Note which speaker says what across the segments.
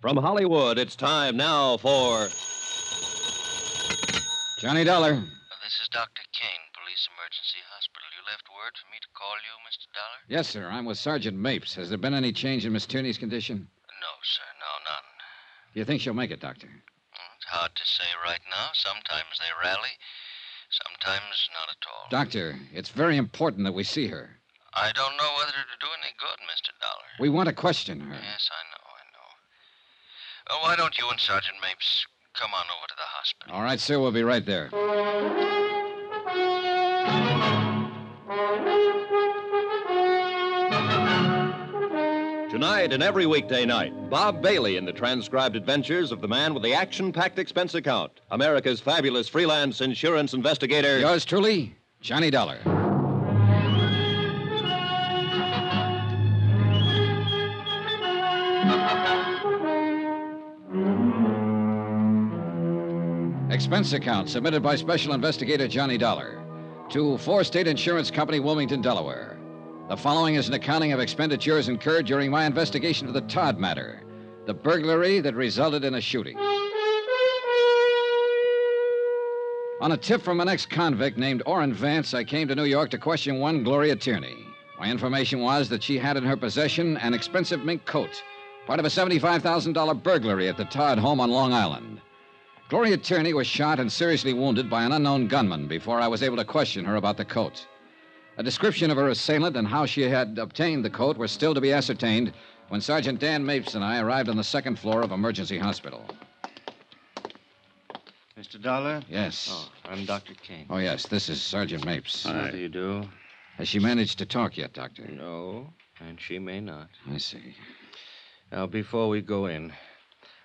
Speaker 1: From Hollywood, it's time now for.
Speaker 2: Johnny Dollar.
Speaker 3: This is Dr. Kane, Police Emergency Hospital. You left word for me to call you, Mr. Dollar?
Speaker 2: Yes, sir. I'm with Sergeant Mapes. Has there been any change in Miss Tierney's condition?
Speaker 3: No, sir, no, none.
Speaker 2: Do you think she'll make it, Doctor?
Speaker 3: Mm, It's hard to say right now. Sometimes they rally, sometimes not at all.
Speaker 2: Doctor, it's very important that we see her.
Speaker 3: I don't know whether it'll do any good, Mr. Dollar.
Speaker 2: We want to question her.
Speaker 3: Yes, I know, I know. Well, why don't you and Sergeant Mapes come on over to the hospital?
Speaker 2: All right, sir. We'll be right there.
Speaker 1: Tonight and every weekday night, Bob Bailey in the transcribed adventures of the man with the action packed expense account, America's fabulous freelance insurance investigator.
Speaker 2: Yours truly, Johnny Dollar. Expense account submitted by Special Investigator Johnny Dollar to Four State Insurance Company, Wilmington, Delaware. The following is an accounting of expenditures incurred during my investigation of the Todd matter, the burglary that resulted in a shooting. On a tip from an ex convict named Orrin Vance, I came to New York to question one Gloria Tierney. My information was that she had in her possession an expensive mink coat, part of a $75,000 burglary at the Todd home on Long Island. Gloria Tierney was shot and seriously wounded by an unknown gunman before I was able to question her about the coat. A description of her assailant and how she had obtained the coat were still to be ascertained when Sergeant Dan Mapes and I arrived on the second floor of Emergency Hospital.
Speaker 4: Mr. Dollar?
Speaker 2: Yes.
Speaker 4: Oh, I'm Dr. Kane.
Speaker 2: Oh, yes, this is Sergeant Mapes.
Speaker 4: How do you do?
Speaker 2: Has she managed to talk yet, Doctor?
Speaker 4: No, and she may not.
Speaker 2: I see.
Speaker 4: Now, before we go in,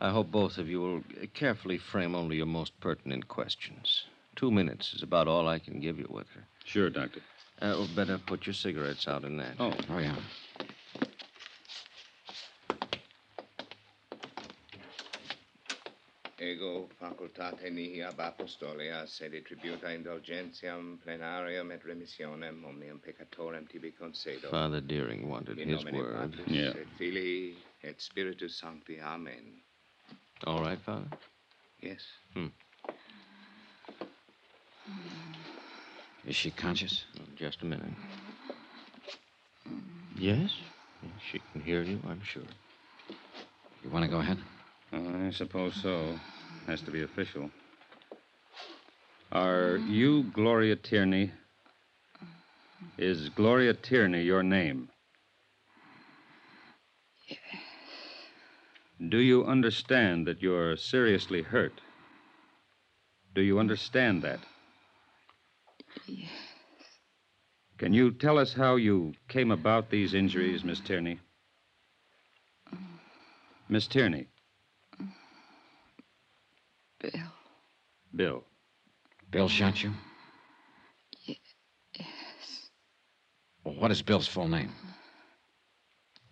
Speaker 4: I hope both of you will carefully frame only your most pertinent questions. Two minutes is about all I can give you with her.
Speaker 5: Sure, Doctor.
Speaker 4: Uh, well, better put your cigarettes out in that.
Speaker 5: Oh.
Speaker 2: Oh, yeah.
Speaker 6: Ego facultate nihi ab apostolia sede tributa indulgentiam plenarium et remissionem omnium peccatorem tibi concedo.
Speaker 4: Father Deering wanted
Speaker 6: In
Speaker 4: his
Speaker 6: nomine
Speaker 4: word.
Speaker 6: Patris
Speaker 5: Yeah.
Speaker 6: Et Filii et Spiritus Sancti. Amen.
Speaker 4: All right, Father?
Speaker 6: Yes.
Speaker 2: Is she conscious?
Speaker 4: Oh, Just a minute. Yes? She can hear you, I'm sure.
Speaker 2: You want to go ahead?
Speaker 5: I suppose so. Has to be official. Are you Gloria Tierney? Is Gloria Tierney your name? Do you understand that you're seriously hurt? Do you understand that? Can you tell us how you came about these injuries, Miss Tierney? Miss Tierney.
Speaker 7: Bill.
Speaker 5: Bill.
Speaker 2: Bill shot you?
Speaker 7: Yes.
Speaker 2: Well, what is Bill's full name?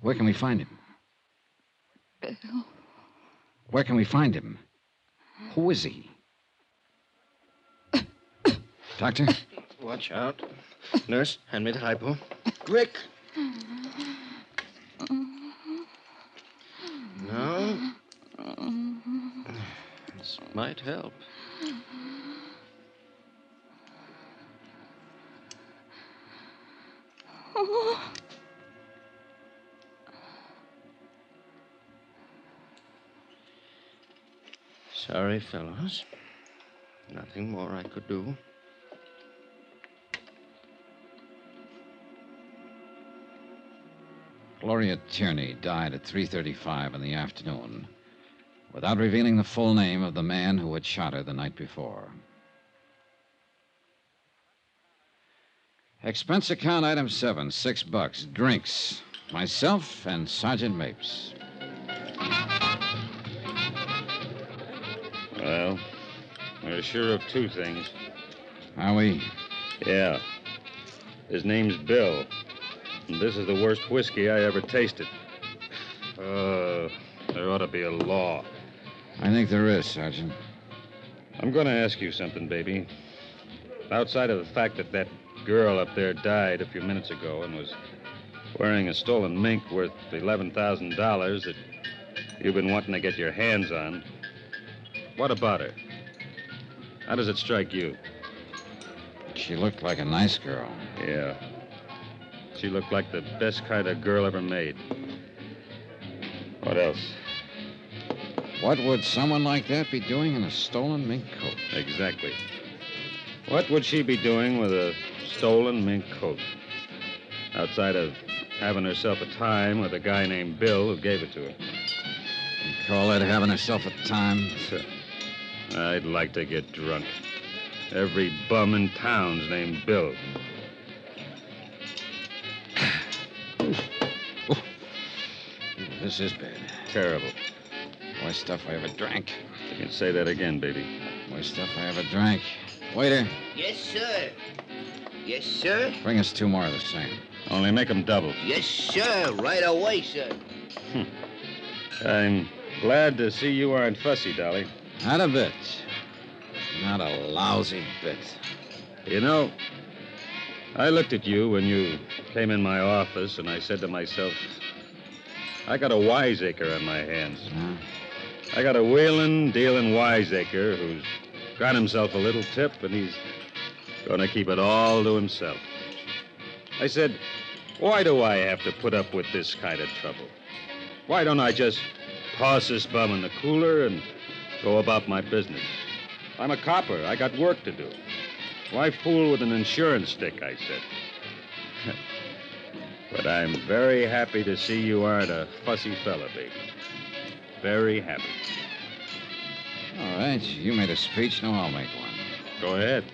Speaker 2: Where can we find him?
Speaker 7: Bill.
Speaker 2: Where can we find him? Who is he? Doctor?
Speaker 4: Watch out. Nurse, hand me the hypo.
Speaker 6: Quick!
Speaker 4: No. This might help. Sorry, fellows. Nothing more I could do.
Speaker 2: Gloria Tierney died at 3.35 in the afternoon without revealing the full name of the man who had shot her the night before. Expense account item seven, six bucks, drinks. Myself and Sergeant Mapes.
Speaker 5: Well, we're sure of two things.
Speaker 2: Are we?
Speaker 5: Yeah. His name's Bill. And this is the worst whiskey I ever tasted. Uh, there ought to be a law.
Speaker 2: I think there is, Sergeant.
Speaker 5: I'm going to ask you something, baby. Outside of the fact that that girl up there died a few minutes ago and was wearing a stolen mink worth $11,000, it you've been wanting to get your hands on. What about her? How does it strike you?
Speaker 2: She looked like a nice girl.
Speaker 5: Yeah. She looked like the best kind of girl ever made. What else?
Speaker 2: What would someone like that be doing in a stolen mink coat?
Speaker 5: Exactly. What would she be doing with a stolen mink coat? Outside of having herself a time with a guy named Bill who gave it to her.
Speaker 2: You call that having herself a time?
Speaker 5: I'd like to get drunk. Every bum in town's named Bill.
Speaker 2: This is bad.
Speaker 5: Terrible.
Speaker 2: Worst stuff I ever drank.
Speaker 5: You can say that again, baby.
Speaker 2: Worst stuff I ever drank. Waiter,
Speaker 8: Yes, sir. Yes, sir.
Speaker 2: bring us two more of the same.
Speaker 5: Only make 'em double. Hmm.
Speaker 8: Yes, sir. Right away, sir.
Speaker 5: I'm glad to see you aren't fussy, Dolly.
Speaker 2: Not a bit. Not a lousy bit.
Speaker 5: You know, I looked at you when you came in my office, and I said to myself, I got a wiseacre on my hands.
Speaker 2: Huh?
Speaker 5: I got a wheeling, dealing wiseacre who's got himself a little tip, and he's going to keep it all to himself. I said, Why do I have to put up with this kind of trouble? Why don't I just toss this bum in the cooler and go about my business? I'm a copper. I got work to do. Why fool with an insurance stick, I said. but I'm very happy to see you aren't a fussy fella, baby. Very happy.
Speaker 2: All right, you made a speech, now I'll make one.
Speaker 5: Go ahead.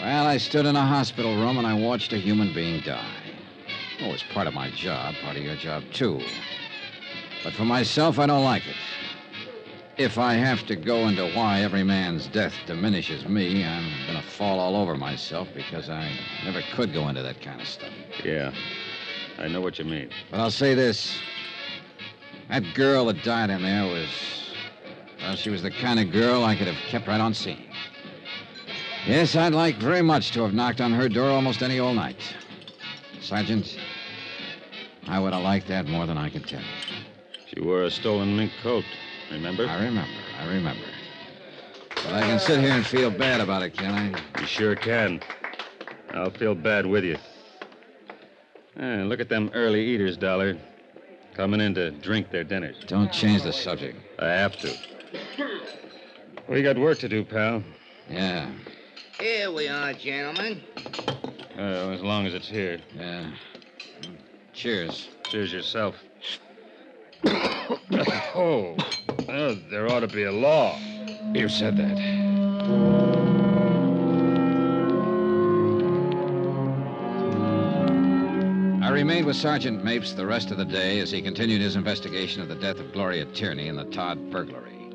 Speaker 2: Well, I stood in a hospital room and I watched a human being die. It was part of my job, part of your job, too. But for myself, I don't like it. If I have to go into why every man's death diminishes me, I'm going to fall all over myself because I never could go into that kind of stuff.
Speaker 5: Yeah. I know what you mean.
Speaker 2: But I'll say this that girl that died in there was. Well, she was the kind of girl I could have kept right on seeing. Yes, I'd like very much to have knocked on her door almost any old night. Sergeant, I would have liked that more than I can tell you.
Speaker 5: She wore a stolen mink coat, remember?
Speaker 2: I remember, I remember. But I can sit here and feel bad about it, can I?
Speaker 5: You sure can. I'll feel bad with you. Eh, look at them early eaters, Dollar. Coming in to drink their dinners.
Speaker 2: Don't change the subject.
Speaker 5: I have to. We got work to do, pal.
Speaker 2: Yeah,
Speaker 8: Here we are, gentlemen.
Speaker 5: Uh, as long as it's here.
Speaker 2: yeah. Cheers.
Speaker 5: Cheers yourself. oh, uh, there ought to be a law.
Speaker 2: You said that. I remained with Sergeant Mapes the rest of the day as he continued his investigation of the death of Gloria Tierney and the Todd burglary.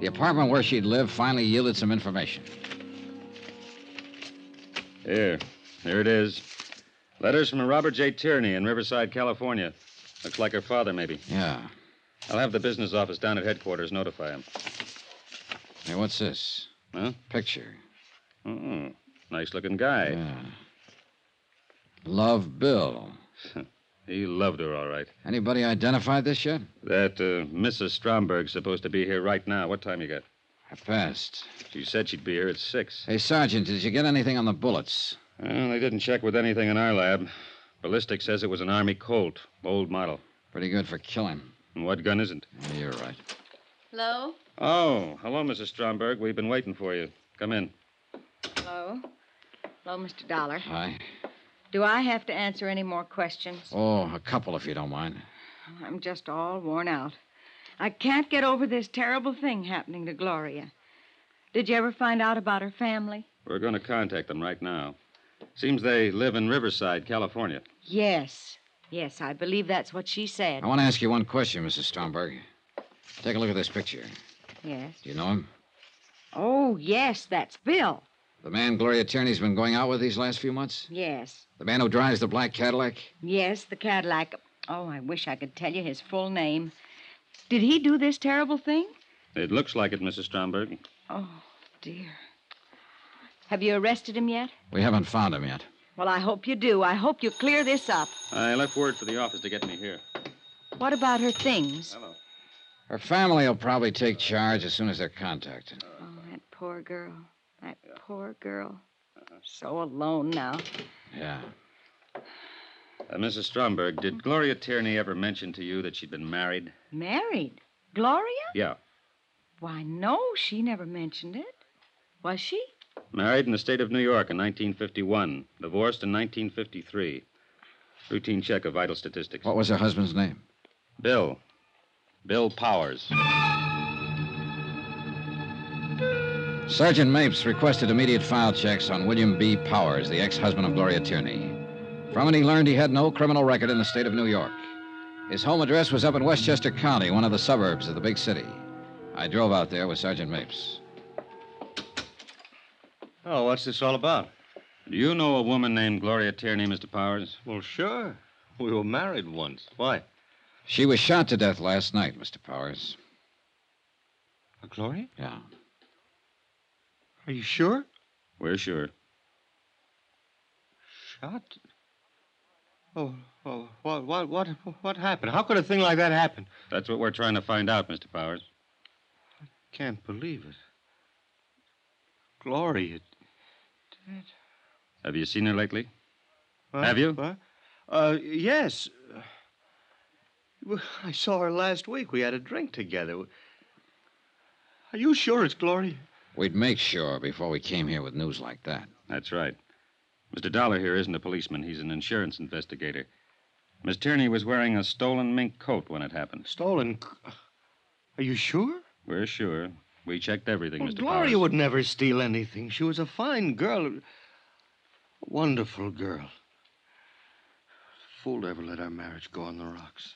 Speaker 2: The apartment where she'd lived finally yielded some information.
Speaker 5: Here, here it is. Letters from a Robert J. Tierney in Riverside, California. Looks like her father, maybe.
Speaker 2: Yeah.
Speaker 5: I'll have the business office down at headquarters notify him.
Speaker 2: Hey, what's this?
Speaker 5: Huh?
Speaker 2: Picture.
Speaker 5: Mm, nice looking guy.
Speaker 2: Yeah. Love Bill.
Speaker 5: He loved her, all right.
Speaker 2: Anybody identified this yet?
Speaker 5: That uh, Mrs. Stromberg's supposed to be here right now. What time you got?
Speaker 2: I passed.
Speaker 5: She said she'd be here at six.
Speaker 2: Hey, Sergeant, did you get anything on the bullets?
Speaker 5: Well, they didn't check with anything in our lab. Ballistic says it was an Army Colt, old model.
Speaker 2: Pretty good for killing.
Speaker 5: And what gun isn't?
Speaker 2: Yeah, you're right.
Speaker 9: Hello?
Speaker 5: Oh, hello, Mrs. Stromberg. We've been waiting for you. Come in.
Speaker 9: Hello? Hello, Mr. Dollar.
Speaker 2: Hi.
Speaker 9: Do I have to answer any more questions?
Speaker 2: Oh, a couple, if you don't mind.
Speaker 9: I'm just all worn out. I can't get over this terrible thing happening to Gloria. Did you ever find out about her family?
Speaker 5: We're going to contact them right now. Seems they live in Riverside, California.
Speaker 9: Yes. Yes, I believe that's what she said.
Speaker 2: I want to ask you one question, Mrs. Stromberg. Take a look at this picture.
Speaker 9: Yes.
Speaker 2: Do you know him?
Speaker 9: Oh, yes, that's Bill.
Speaker 2: The man Gloria Tierney's been going out with these last few months?
Speaker 9: Yes.
Speaker 2: The man who drives the black Cadillac?
Speaker 9: Yes, the Cadillac. Oh, I wish I could tell you his full name. Did he do this terrible thing?
Speaker 5: It looks like it, Mrs. Stromberg.
Speaker 9: Oh, dear. Have you arrested him yet?
Speaker 2: We haven't found him yet.
Speaker 9: Well, I hope you do. I hope you clear this up.
Speaker 5: I left word for the office to get me here.
Speaker 9: What about her things?
Speaker 5: Hello.
Speaker 2: Her family will probably take charge as soon as they're contacted.
Speaker 9: Oh, that poor girl. That poor girl. So alone now.
Speaker 2: Yeah.
Speaker 5: Uh, Mrs. Stromberg, did Gloria Tierney ever mention to you that she'd been married?
Speaker 9: Married? Gloria?
Speaker 5: Yeah.
Speaker 9: Why, no, she never mentioned it. Was she?
Speaker 5: Married in the state of New York in 1951, divorced in 1953. Routine check of vital statistics.
Speaker 2: What was her husband's name?
Speaker 5: Bill. Bill Powers.
Speaker 2: Sergeant Mapes requested immediate file checks on William B. Powers, the ex husband of Gloria Tierney. From it, he learned he had no criminal record in the state of New York. His home address was up in Westchester County, one of the suburbs of the big city. I drove out there with Sergeant Mapes.
Speaker 4: Oh, what's this all about?
Speaker 5: Do you know a woman named Gloria Tierney, Mr. Powers?
Speaker 4: Well, sure. We were married once. Why?
Speaker 2: She was shot to death last night, Mr. Powers.
Speaker 4: Gloria?
Speaker 2: Yeah.
Speaker 4: Are you sure?
Speaker 5: We're sure.
Speaker 4: Shot? Oh, oh what, what, what, what happened? How could a thing like that happen?
Speaker 5: That's what we're trying to find out, Mr. Powers.
Speaker 4: Can't believe it. Gloria dead.
Speaker 5: Have you seen her lately?
Speaker 4: What?
Speaker 5: Have you?
Speaker 4: What? Uh, yes. Well, I saw her last week. We had a drink together. Are you sure it's Gloria?
Speaker 2: We'd make sure before we came here with news like that.
Speaker 5: That's right. Mr. Dollar here isn't a policeman, he's an insurance investigator. Miss Tierney was wearing a stolen mink coat when it happened.
Speaker 4: Stolen. c- Are you sure?
Speaker 5: We're sure. We checked everything,
Speaker 4: Well,
Speaker 5: Mr.
Speaker 4: Gloria
Speaker 5: Powers.
Speaker 4: would never steal anything. She was a fine girl. a Wonderful girl. Fool to ever let our marriage go on the rocks.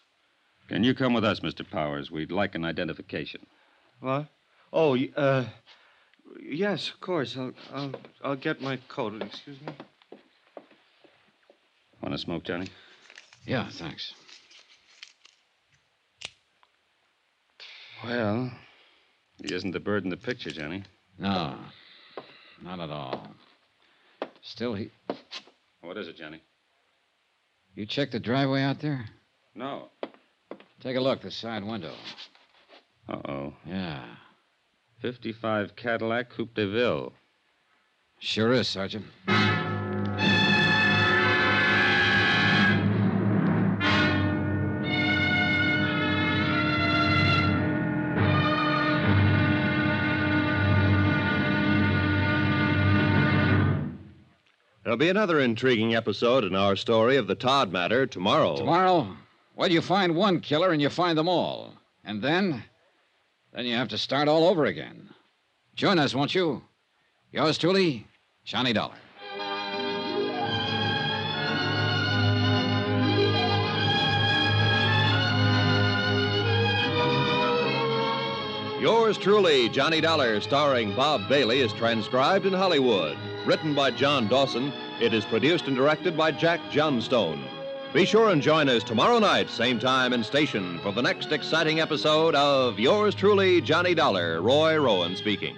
Speaker 5: Can you come with us, Mr. Powers? We'd like an identification.
Speaker 4: What? Oh, y- uh, yes, of course. I'll, I'll, I'll get my coat. Excuse me.
Speaker 5: Want to smoke, Johnny?
Speaker 2: Yeah, thanks.
Speaker 5: Well, he isn't the bird in the picture, Johnny.
Speaker 2: No, not at all. Still, he.
Speaker 5: What is it, Johnny?
Speaker 2: You checked the driveway out there?
Speaker 5: No.
Speaker 2: Take a look, the side window.
Speaker 5: Uh oh.
Speaker 2: Yeah.
Speaker 5: 55 Cadillac Coupe de Ville.
Speaker 2: Sure is, Sergeant.
Speaker 1: There'll be another intriguing episode in our story of the Todd matter tomorrow.
Speaker 2: Tomorrow, well, you find one killer and you find them all. And then, then you have to start all over again. Join us, won't you? Yours truly, Johnny Dollar.
Speaker 1: Yours truly, Johnny Dollar, starring Bob Bailey, is transcribed in Hollywood. Written by John Dawson, it is produced and directed by Jack Johnstone. Be sure and join us tomorrow night, same time and station, for the next exciting episode of Yours truly, Johnny Dollar. Roy Rowan speaking.